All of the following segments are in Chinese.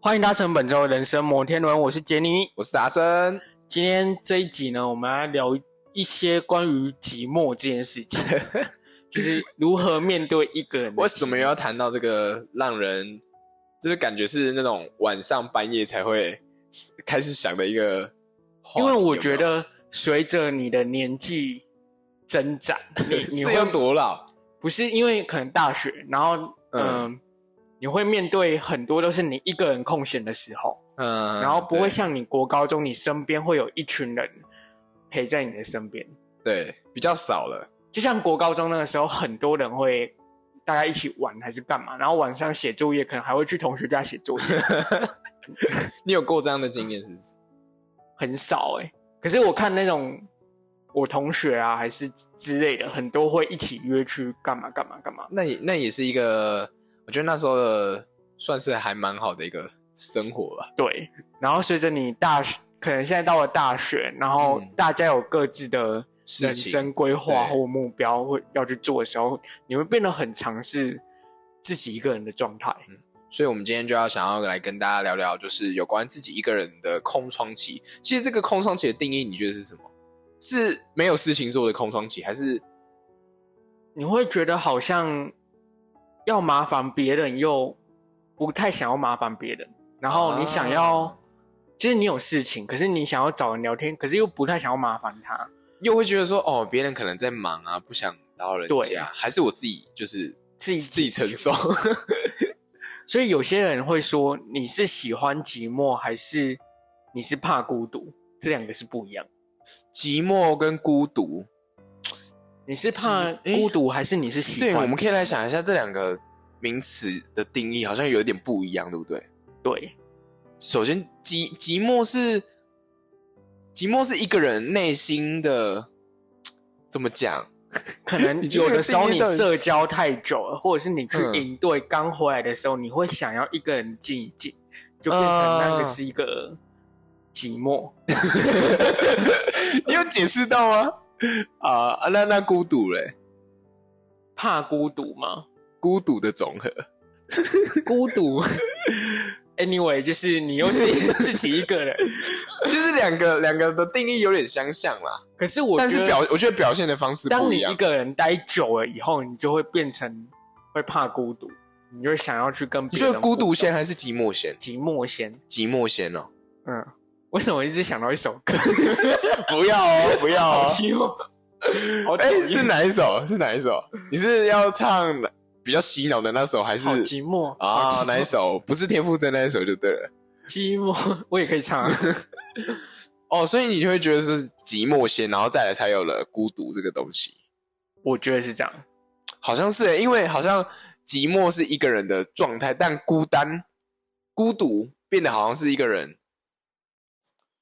欢迎搭乘本周的人生摩天轮，我是杰尼。我是达生，今天这一集呢，我们来聊一些关于寂寞这件事 情，就是如何面对一个人的为寂什么寞又要谈到这个让人就是感觉是那种晚上半夜才会开始想的一个话题？因为我有没有觉得随着你的年纪增长， 你你是会要多老，不是因为可能大学，然后嗯、呃你会面对很多都是你一个人空闲的时候，嗯，然后不会对像你国高中，你身边会有一群人陪在你的身边。对比较少了， 就像国高中那个时候，很多人会大家一起玩还是干嘛，然后晚上写作业，可能还会去同学家写作业，你有过这样的经验是不是？很少哎、可是我看那种我同学啊，还是之类的，很多会一起约去干嘛干嘛干嘛。那也那也是一个，我觉得那时候的算是还蛮好的一个生活吧。对，然后随着你大学，可能现在到了大学，然后嗯大家有各自的事人情生规划对或目标或要去做的时候，你会变得很尝试自己一个人的状态。所以，我们今天就要想要来跟大家聊聊，就是有关自己一个人的空窗期。其实，这个空窗期的定义，你觉得是什么？是没有事情做的空窗期，还是你会觉得好像要麻烦别人，又不太想要麻烦别人，然后你想要，啊就是你有事情，可是你想要找人聊天，可是又不太想要麻烦他。又会觉得说，哦，别人可能在忙啊，不想打扰人对家，还是我自己就是自己自己承受？ 所以有些人会说，你是喜欢寂寞，还是你是怕孤独？这两个是不一样。寂寞跟孤独，你是怕寂诶孤独，还是你是喜欢寂对，寞？我们可以来想一下这两个名词的定义，好像有一点不一样，对不对？对首先，寂寂寞是寂寞是一个人内心的怎么讲？可能你这有个的时候定义你到底社交太久了，或者是你去嗯营队刚回来的时候，你会想要一个人静一静，就变成那个啊是一个寂寞。你有解释到吗？啊、啊那那孤独嘞，怕孤独吗？孤独的总 和，孤独。Anyway，就是你又 是自己一个人，就是两个两个的定义有点相像啦，可是我但觉是得表我觉得表现的方式当不你一一样。个人待久了以后，你就会变成会怕孤独，你就会想要去跟你别觉人得孤独互动先还是寂寞先？寂寞先。寂寞先哦，嗯，为什么我一直想到一首歌？ 不要哦，不要好 哦。听哦，好讨哎、厌是哪一首？是哪一首？你是要唱比较洗脑的那首，还是好寂寞好啊寂寞哪一首？不是田馥甄那一首就对了。 寂寞，我也可以唱、啊。哦，所以你就会觉得是寂寞先，然后再来才有了孤独这个东西。我觉得是这样，好像是耶，欸因为好像寂寞是一个人的状态，但孤单、孤独变得好像是一个人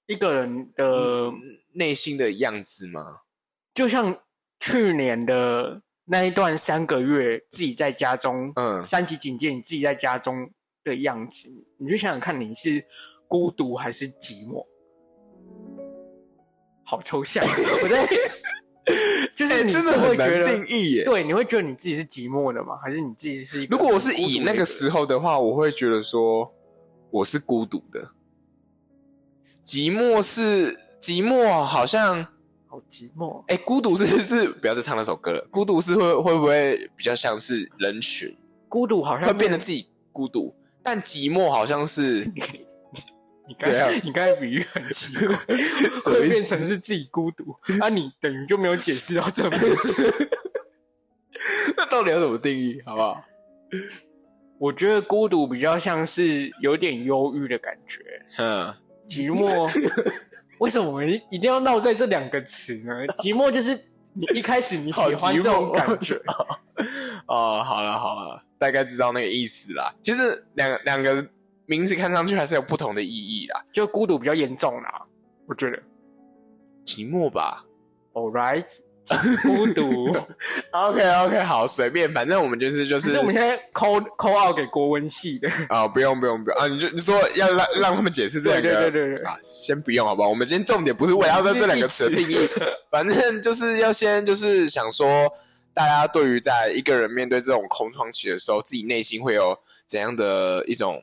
一个人嗯的，内心的样子吗？就像去年的那一段三个月，自己在家中，嗯三级警戒，你自己在家中的样子，你就想想看，你是孤独还是寂寞？好抽象，啊我 在，就哎、是你真是的会很觉难得，定义耶。对，你会觉得你自己是寂寞的吗？还是你自己是一个如果我很是孤独以的那一个人时候的话，我会觉得说我是孤独的。寂寞是寂寞，好像好寂寞，啊哎、孤独是是不要再唱那首歌了。孤独是会会不会比较像是人群孤独好像会变得自己孤独，但寂寞好像是 你怎样刚你刚才比喻很奇 怪，么意会思变成是自己孤独，啊，你等于就没有解释到这个名词。那到底要怎么定义，好不好？ 我觉得孤独比较像是有点忧郁的感觉， 嗯，寂 寞。为什么我们一定要闹在这两个词呢？寂寞就是你一开始你喜好欢寂这寞种感觉，哦，好了好了，大概知道那个意思啦。其实两两个名字看上去还是有不同的意义啦。就孤独比较严重啦。我觉得寂寞吧，All right，孤独。 ，OK OK，好，随便，反正我们就是就可是是我们现在 call call out 给国文系的，啊、不用不用不用啊，你就你说要让让他们解释这对两对个，对对对，啊，先不用好不好？我们今天重点不是为了要 在这两个词的定义，反正就是要先就是想说，大家对于在一个人面对这种空窗期的时候，自己内心会有怎样的一种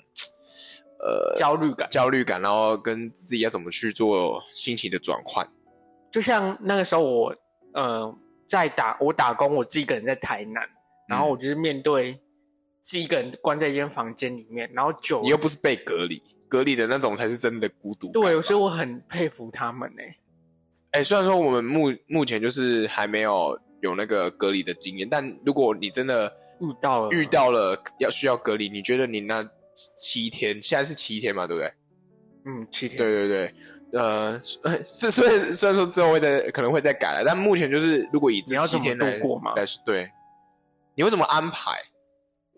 呃 焦虑感。焦虑感，然后跟自己要怎么去做心情的转换。就像那个时候我呃在打我打工，我自己一个人在台南，然嗯后我就是面对自己一个人关在一间房间里面，然后久了你又不是被隔离，隔离的那种才是真的孤独感吧。对，所以我很佩服他们欸呢、哎、虽然说我们目目前就是还没有有那个隔离的经验，但如果你真的遇到了遇到了要需要隔离，你觉得你那七天，现在是七天嘛，对不对？嗯七天，对对对，呃，是虽然虽然说之后会再可能会再改了，但目前就是如果以你这要怎七么天度来过嘛？啊来说，对，你会怎么安排？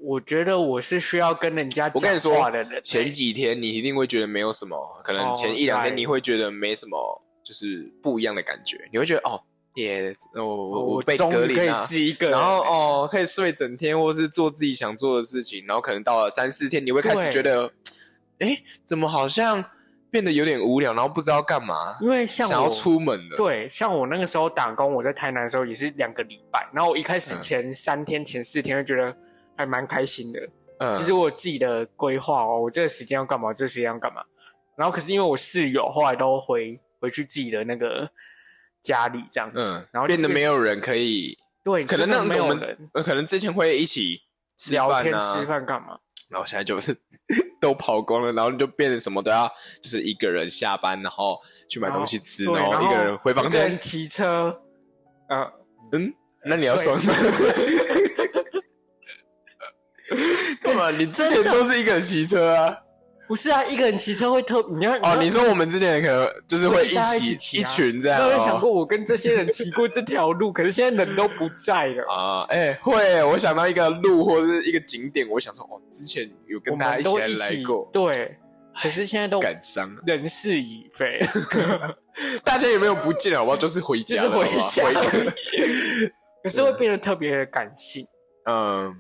我觉得我是需要跟人家我跟你讲说话的 人欸，前几天你一定会觉得没有什么，可能哦前一两天对你会觉得没什么，就是不一样的感觉，你会觉得哦，耶，我我我被终隔于离可以了，自己一个人然了，后哦，可以睡整天，或是做自己想做的事情，然后可能到了三四天，你会开始对觉得，哎，怎么好像变得有点无聊，然后不知道干嘛，因为像想要我出门了。对，像我那个时候打工，我在台南的时候也是两个礼拜，然后我一开始嗯前三天、前四天会觉得还蛮开心的，嗯，就是我有自己的规划哦，我这个时间要干嘛，我这个时间要干嘛。然后可是因为我室友后来都回回去自己的那个家里这样子，嗯，然后就变得没有人可以，对，可能真的那没种我有们人呃可能之前会一起吃聊饭天、啊吃饭干嘛？然后现在就是 都跑光了，然后你就变成什么都要，就是一个人下班，然后去买东西吃，哦对，然然后后一个人回房一个人间。骑车，呃，嗯，那你要对说 干嘛？你之前真的都是一个人骑车啊？不是啊，一个人骑车会特你要哦，要你说我们之前可能就是会对大家一起起骑啊群这样没有人想哦。过我跟这些人骑过这条路，可是现在人都不在了。啊，哎、会，我想到一个路或是一个景点，我想说，哦，之前有我跟大家们一都起来一来起过，对，可是现在都感伤。人事已非，大家也没有不见，好不好？就是回就家是了，回家好不好回 可是会变得特别的感性。嗯，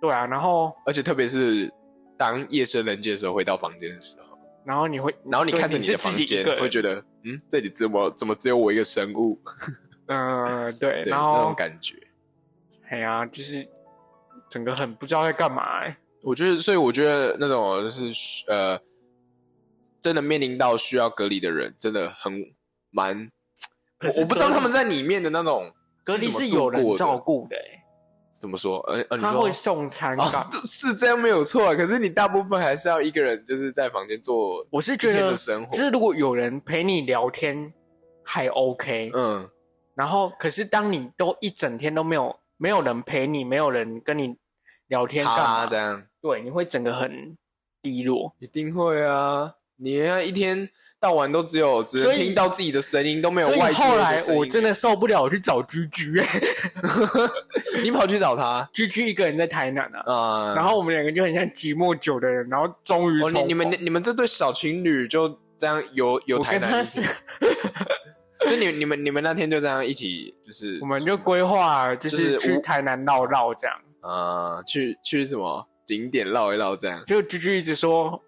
对啊，然后而且特别是当夜深人静的时候，回到房间的时候，然后你会， 然后你看着你的房对你是自己间一个，人会觉得，嗯，这里怎么怎么只有我一个生物？ 嗯、对，对，然那种后感觉。哎呀，就是整个很不知道在干嘛、欸。我觉得，所以我觉得那种就是呃，真的面临到需要隔离的人，真的很蛮，可是我我不知道隔离他们在里面的那种隔离怎么是度有人过的照，顾的、欸，怎么说？呃呃，你他说会送餐干啊嘛、，这是这样没有错啊。可是你大部分还是要一个人，就是在房间做我是一觉天得的，生活就。是如果有人陪你聊天还 OK，嗯，然后，可是当你都一整天都没有没有人陪你，没有人跟你聊天干他嘛？这样对，你会整个很低落。一定会啊。你要一天到晚都只有只能所以听到自己的声音，都没有所以外界后来的声音我真的受不了，我去找居居， 你跑去找他居居一个人在台南啊，啊、然后我们两个就很像寂寞久的人，然后终于哦，重逢、你你们你们这对小情侣就这样有有我台跟南他一起，是， 就你你们你们那天就这样一起就是我们就规划就就是是去我台南绕绕这样，啊、去去什么景点绕一绕这样，就居居一直说。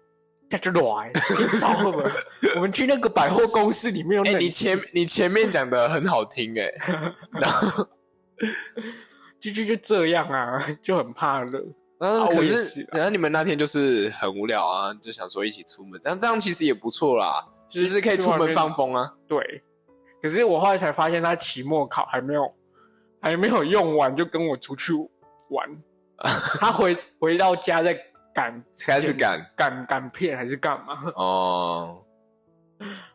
在这 乱，你找我 们，我们去那个百货公司里面有哎、冷你气前，你前面讲的很好听哎、然后居居就这样啊， 就很怕热。然后 啊可我也是是啊然后你们那天就是很无聊啊，就想说一起出门，这样这样其实也不错啦，就就是是可以出去外门面放风啊。对，可是我后来才发现他期末考还没有还没有用完，就跟我出去 玩。他回回到家在赶开始赶赶赶片还是干嘛？哦。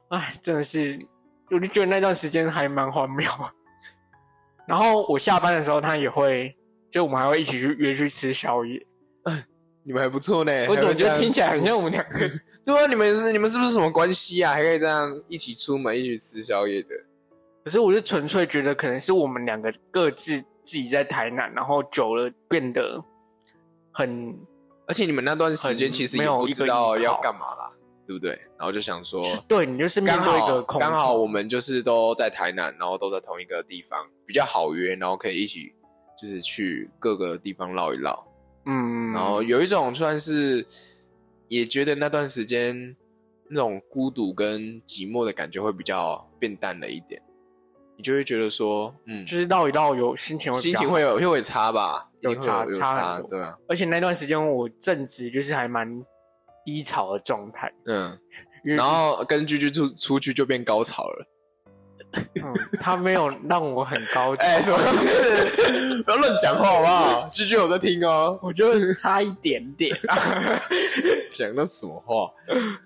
哎，真的是，我就觉得那段时间还蛮荒谬。然后我下班的时候，他也会，就我们还会一起去约去吃宵夜。你们还不错呢，我哎还总会这觉样得听起来很像我们两个，对啊，你们是你们是不是什么关系啊？还可以这样一起出门，一起吃宵夜的？可是我就纯粹觉得可能是我们两个各自自己在台南，然后久了变得很而且你们那段时间很其实也没有不一知个道依要靠干嘛啦，对不对？然后就想说，是对你就是面刚对一好个空刚好窗我们就是都在台南，然后都在同一个地方，比较好约，然后可以一起就是去各个地方绕一绕，嗯，然后有一种算是也觉得那段时间那种孤独跟寂寞的感觉会比较变淡了一点，你就会觉得说，嗯，就是绕一绕有心情会比心较情好会有会有差吧，有一定会有差有差差，很多对啊，而且那段时间我正值就是还蛮低潮的状态。嗯，因为然后跟居居出出去就变高潮了。嗯，他没有让我很高潮，哎、什么事？不要乱讲话好不好？居居有在听哦，我觉得差一点点啊， 讲的什么 话？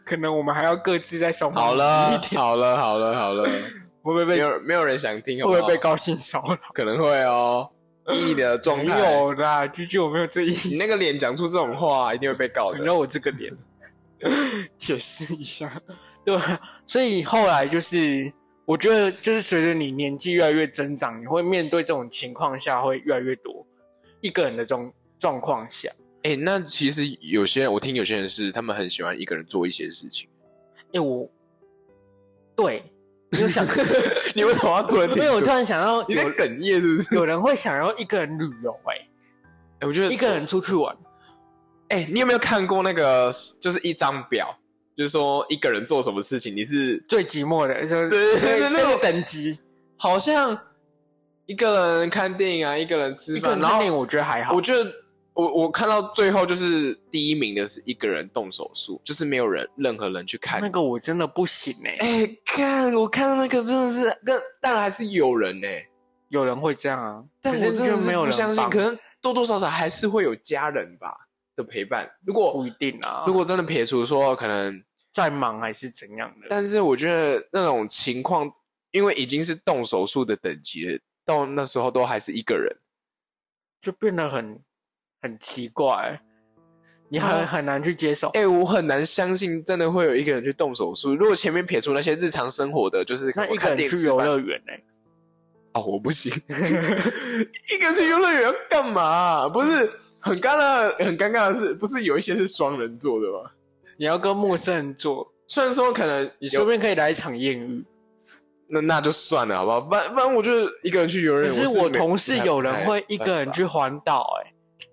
可能我们还要各自在双方好了一，点好了，好了，好了，会不会没被有没有人想听会好不不会好？被高兴骚扰？可能会哦，以你的状没态，有啦，居居我没有这意思。你那个脸讲出这种话，一定会被告什么的。叫我这个脸？解释一下，对吧，所以后来就是，我觉得就是随着你年纪越来越增长，你会面对这种情况下会越来越多一个人的这种状况下， 哎、那其实有些人，我听有些人是他们很喜欢一个人做一些事情。哎、我对，你有 想， 你为什么要突然停因顿？为我突然想到你在有哽咽是不是？有人会想要一个人旅游、哎我觉得哎，一个人出去玩，哎、你有没有看过那个，就是一张表，就是说一个人做什么事情，你是最寂寞的，就是对对对那那那个种等级，好像一个人看电影啊，一个人吃一个饭，人然看后电影我觉得还好我，觉得我我看到最后就是第一名的是一个人动手术，就是没有人任何人去看那。个我真的不行哎、哎、看我看到那个真的是，但当然还是有人呢、有人会这样啊，但可我是真的就没是有不人相信，帮可能多多少少还是会有家人吧的陪伴。如果不一定啊。如果真的撇除说可能，再忙还是怎样的，但是我觉得那种情况，因为已经是动手术的等级了，到那时候都还是一个人。就变得很很奇怪，你超很很难去接受。哎、我很难相信真的会有一个人去动手术。如果前面撇除那些日常生活的，就是那我一个看人电去视游吧乐园呢？欸哦，我不行， 一个人去游乐园要干嘛啊、不是很尴尬，很尴尬的是，不是有一些是双人座的吗？你要跟陌生人做，虽然说可能你有说不定可以来一场艳遇。那那就算了，好不好？反反正我就是一个人去游乐可园。是我我没同事有人会一个人。没办法去环岛，哎，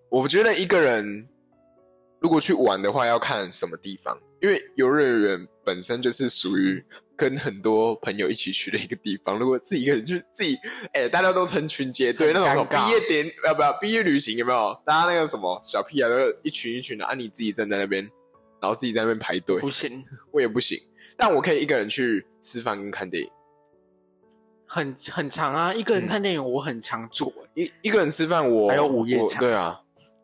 我觉得一个人如果去玩的话，要看什么地方，因为游乐园本身就是属于跟很多朋友一起去的一个地方。如果自己一个人去，自己哎、大家都成群结队那很种什尴么尬毕业典啊，不毕业旅行有没有？大家那个什么小屁孩都一群一群的，啊，你自己站在那边，然后自己在那边排队不，行，我也不行。但我可以一个人去吃饭跟看电影。很很长啊。一个人嗯看电影我很常做，哎，一一个人吃饭我，还有午夜我场对啊，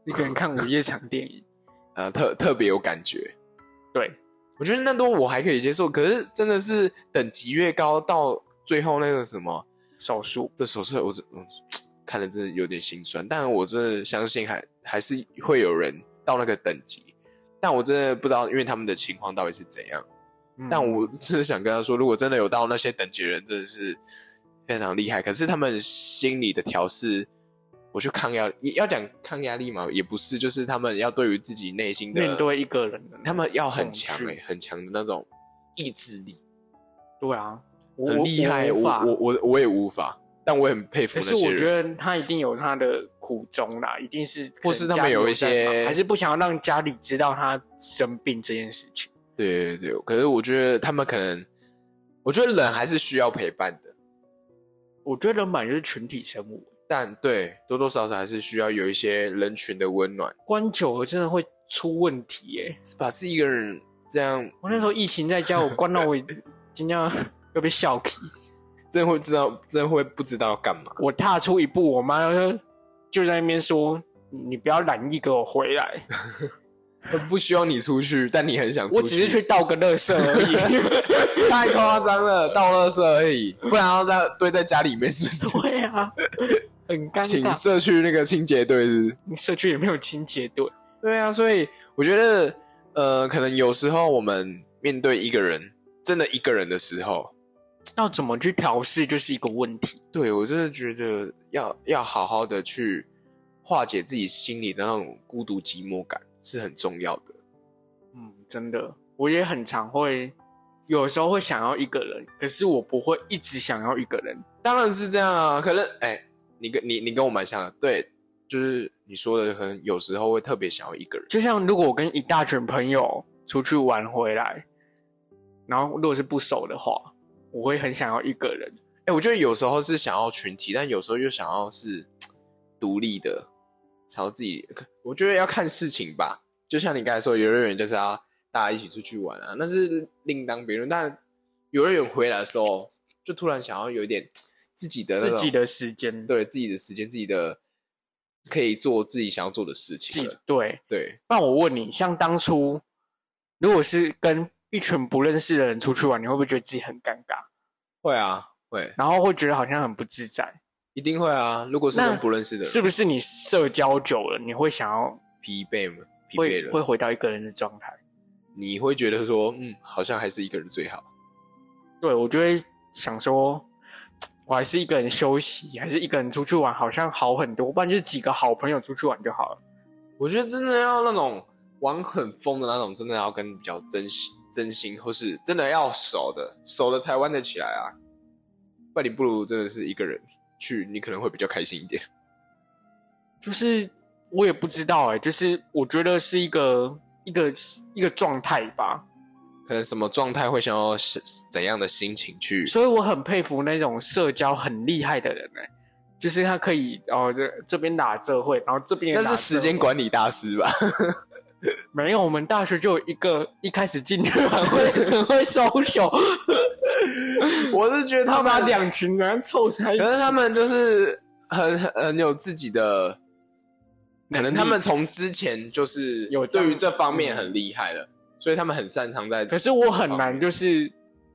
一个人看午夜场电影，呃，特特别有感觉。对，我觉得那都我还可以接受，可是真的是等级越高，到最后那个什么手术的手术，我是、嗯、看了真的有点心酸。但我真的相信还还是会有人到那个等级，但我真的不知道，因为他们的情况到底是怎样。嗯但我真的想跟他说，如果真的有到那些等级的人，真的是非常厉害。可是他们心理的调试，我去抗压，要讲抗压力嘛，也不是，就是他们要对于自己内心的面对一个人的那他们要很强恐哎、惧很强的那种意志力，对啊，我很厉害。我无法我我我也无法，但我也很佩服可那是些我觉人。得他一定有他的苦衷啦，一定是可能或是他家们里有一在些忙还是不想要让家里知道他生病这件事情。对对对，可是我觉得他们可能，我觉得人还是需要陪伴的，我觉得人本来就是群体生物，但对多多少少还是需要有一些人群的温暖。关久了真的会出问题耶、把自己一个人这样，我那时候疫情在家，我关到我 已今天要要被笑屁。真会知道，真会不知道干嘛。我踏出一步，我妈就就在那边说：“你不要懒意，给我回 来。不希望你出去，但你很想”出我去。只是去倒个垃圾而已。 太夸张了，倒垃圾而已，不然要在堆在家里面是不是？对啊，很尴请尬。社区那个清洁队是不是？你社区也没有清洁队，对啊，所以我觉得，呃，可能有时候我们面对一个人，真的一个人的时候，要怎么去调试就是一个问题。对我真的觉得要要好好的去化解自己心里的那种孤独寂寞感是很重要的。嗯，真的，我也很常会，有时候会想要一个人，可是我不会一直想要一个人。当然是这样啊，可能哎、你跟你你跟我蛮像的，对，就是你说的，可能有时候会特别想要一个人。就像如果我跟一大群朋友出去玩回来，然后如果是不熟的话，我会很想要一个人。哎、我觉得有时候是想要群体，但有时候又想要是独立的，想要自己。可我觉得要看事情吧。就像你刚才说，游乐园就是要大家一起出去玩啊，那是另当别论。但游乐园回来的时候，就突然想要有一点自己的那自种己的时间，对自己的时间，自己的可以做自己想要做的事自情己了。对。对，那我问你，像当初如果是跟一群不认识的人出去玩，你会不会觉得自己很尴尬，会啊，会，然后会觉得好像很不自在？一定会啊。如果是那跟不认识的人，是不是你社交久了，你会想要疲惫嘛，疲会惫会了，回到一个人的状态？你会觉得说，嗯，好像还是一个人最好。对我就会想说，我还是一个人休息，还是一个人出去玩，好像好很多。不然就是几个好朋友出去玩就好了。我觉得真的要那种玩很疯的那种，真的要跟比较真心、真心，或是真的要熟的，熟了才玩得起来啊。不然你不如真的是一个人去，你可能会比较开心一点。就是我也不知道哎、就是我觉得是一个一个一个状态吧。可能什么状态会想要是怎样的心情去？所以我很佩服那种社交很厉害的人哎、就是他可以哦，这这边打这会，然后这边也那打哦是时这间会管理大师吧？ 没有，我们大学就有一个一开始进去很 会很会收手，我是觉得他他把们，两群人凑在一起可，是他们就是很很很有自己的，可能他们从之前就是有这样嗯对于这方面很厉害了，所以他们很擅长在。可是我很难，就是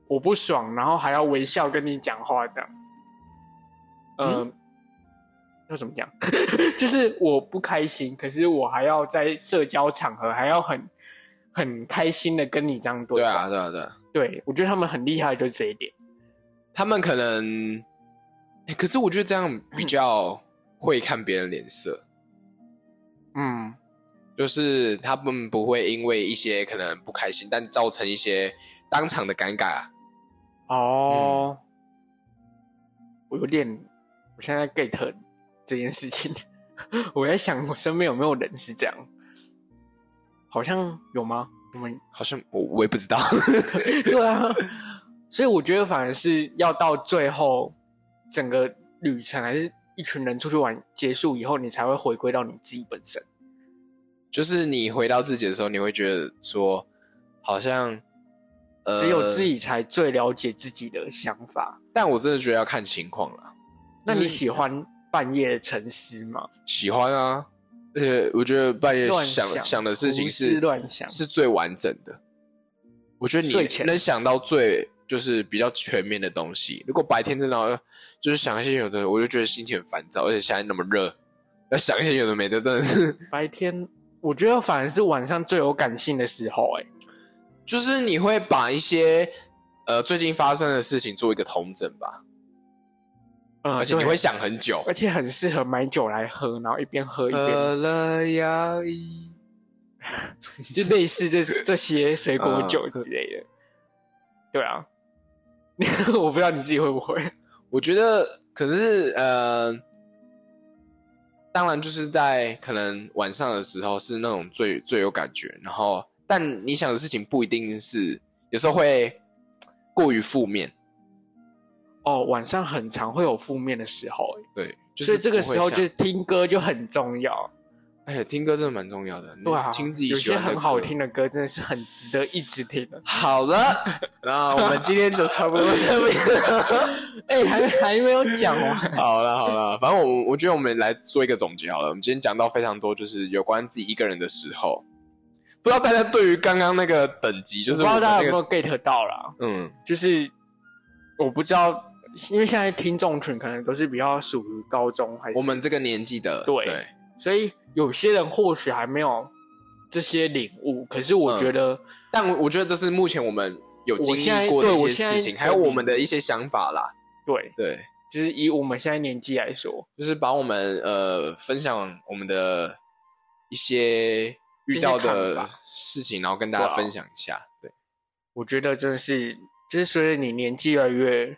我不爽，然后还要微笑跟你讲话这样。嗯，要怎么讲？ 就是我不开心，可是我还要在社交场合还要很很开心的跟你这样对对话。啊，对啊，对啊。对我觉得他们很厉害，就是这一点。他们可能、欸可是我觉得这样比较会看别人脸色，嗯，就是他们不会因为一些可能不开心，但造成一些当场的尴尬。哦，我有点，我现在 get 这件事情， 我在想我身边有没有人是这样，好像有吗？我们好像我我也不知道， 对啊，所以我觉得反而是要到最后整个旅程，还是一群人出去玩结束以后，你才会回归到你自己本身。就是你回到自己的时候，你会觉得说，好像呃，只有自。己才最了解自己的想法。但我真的觉得要看情况啦，那就你是喜欢半夜沉思吗？喜欢啊，而且我觉得半夜乱想想想的事情胡是思乱想是最完整的。我觉得睡你前能想到最就是比较全面的东西。如果白天真的要就是想一些有的，我就觉得心情很烦躁，而且现在那么热，要想一些有的没的，真的是 白天我觉得反而是晚上最有感性的时候、欸，就是你会把一些呃最近发生的事情做一个统整吧，嗯，而且你对会，想很久。而且很适合买酒来喝，然后一边喝一边、喝了呀一，就类似这这些水果酒嗯之类的。对啊， 我不知道你自己会不会。我觉得可是呃，当然就是在可能晚上的时候是那种最最有感觉，然后但你想的事情不一定是，有时候会过于负面，哦，晚上很常会有负面的时候、欸，对，就是所以这个不会时候想就听歌就很重要。哎呀，听歌真的蛮重要的，你对啊，听自己有喜些欢的很好歌。听的歌真的是很值得一直听的。好了，那我们今天就差不多这边。 哎、还 还没有讲完。 好了好了，反正我我觉得我们来做一个总结好了。我们今天讲到非常多，就是有关自己一个人的时候，不知道大家对于刚刚那个等级，就是我我不们知道大那家有没个有 get 到啦，嗯，就是我不知道，因为现在听众群可能都是比较属于高中还是我们这个年纪的，对所以有些人或许还没有这些领悟。可是我觉得，但我我觉得这是目前我们有经我现在历过的对一我些现在事情，还有我们的一些想法啦。对，对，就是以我们现在年纪来说，就是把我们呃分享我们的一些这遇些到看的法事情，然后跟大家对啊分享一下。对，我觉得真的是，就是随着你年纪越来越，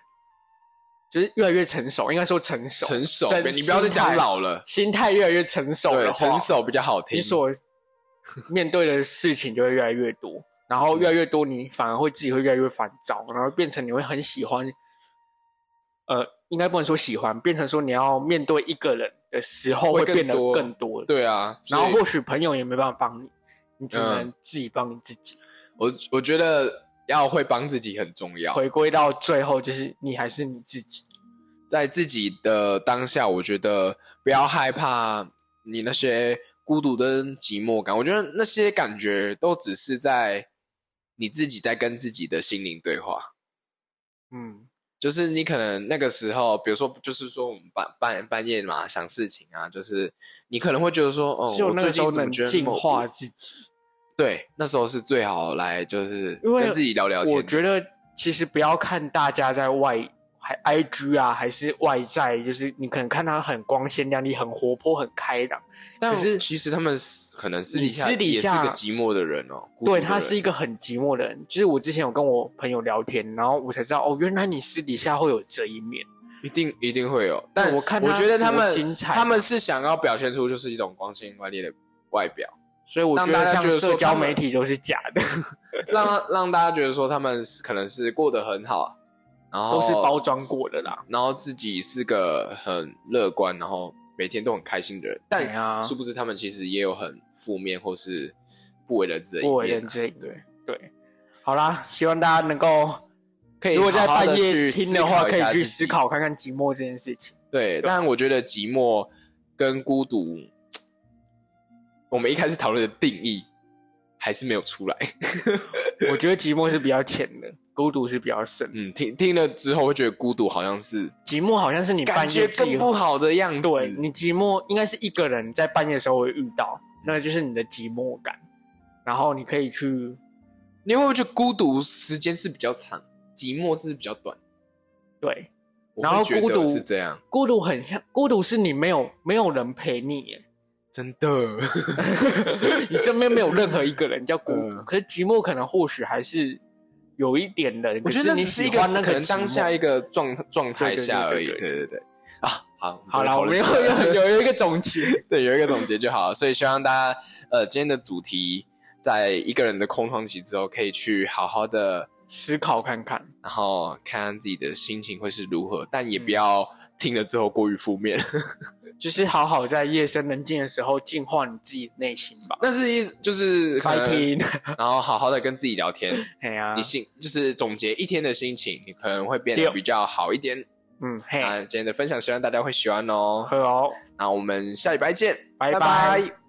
就是越来越成熟，应该说成熟，成熟，身你不要再讲，老了，心态心态越来越成熟对的，话，成熟比较好听。你所面对的事情就会越来越多，然后越来越多，你反而会自己会越来越烦躁，然后变成你会很喜欢，呃，应该不能说喜欢，变成说你要面对一个人的时候会会变得更多更多，，对啊，然后所以嗯或许朋友也没办法帮你，你只能自己帮你自己。我我觉得要会帮自己很重要，回归到最后，就是你还是你自己。在自己的当下，我觉得不要害怕你那些孤独跟寂寞感，我觉得那些感觉都只是在你自己在跟自己的心灵对话。嗯，就是你可能那个时候，比如说，就是说我们半半半夜嘛想事情啊，就是你可能会觉得说，哦，只有我那个最时近候怎能么觉得净某化自己。对，那时候是最好来就是因为跟自己聊聊天。我觉得其实不要看大家在外还 IG 啊，还是外在，就是你可能看他很光鲜亮丽、很活泼、很开朗，但可是其实他们是可能私你底下私底也是下个寂寞的人哦。孤独对的他人是一个很寂寞的人。就是我之前有跟我朋友聊天，然后我才知道哦，原来你私底下会有这一面。一定一定会有，但我看我他觉得他多们精彩啊他们是想要表现出就是一种光鲜亮丽的外表，所以我觉让大得家像觉得说社交他们媒体都是假的， 让让大家觉得说他们是可能是过得很好，然后都是包装过的啦。然后自己是个很乐观，然后每天都很开心的人，对但啊殊不知他们其实也有很负面或是不为人知的一面啊、不为人知的一面对，对，好啦，希望大家能够。可以如果在好好地半夜去思听的话，考一可以下去自己思。考看看寂寞这件事情。对，对但我觉得寂寞跟孤独，我们一开始讨论的定义还是没有出来。我觉得寂寞是比较浅的，孤独是比较深。嗯，听听了之后会觉得孤独好像是寂寞好像是你感半觉夜自己更不好的样子。对你寂寞应该是一个人在半夜的时候会遇到，那就是你的寂寞感。然后你可以去，你会不会觉得孤独时间是比较长，寂寞是比较短？对，我然后会觉孤得独是这样，孤独很像孤独是你没有没有人陪你耶，真的。 你身边没有任何一个人叫孤独。嗯可是寂寞可能或许还是有一点人，我觉可得你只 是一喜个欢那可个能寂当寞下一个状状态下而已。对对对对对啊，好，好啦，我们们又终于讨论出来了有有有一个总结。对，有一个总结就好了。所以希望大家，呃，今天的主题，在一个人的空窗期之后，可以去好好的，思考看看。然后看看自己的心情会是如何，但也不要听了之后过于负 面。就是好好在夜深人静的时候净化你自己的内心吧。那是一就是可开能，听，然后好好的跟自己聊 天， 嘿啊呀、你心就是总结一天的心情，你可能会变得对比较好一点。嗯嘿， 那今天的分享希望大家会喜欢哦。喝哦。那我们下礼拜见，拜拜拜拜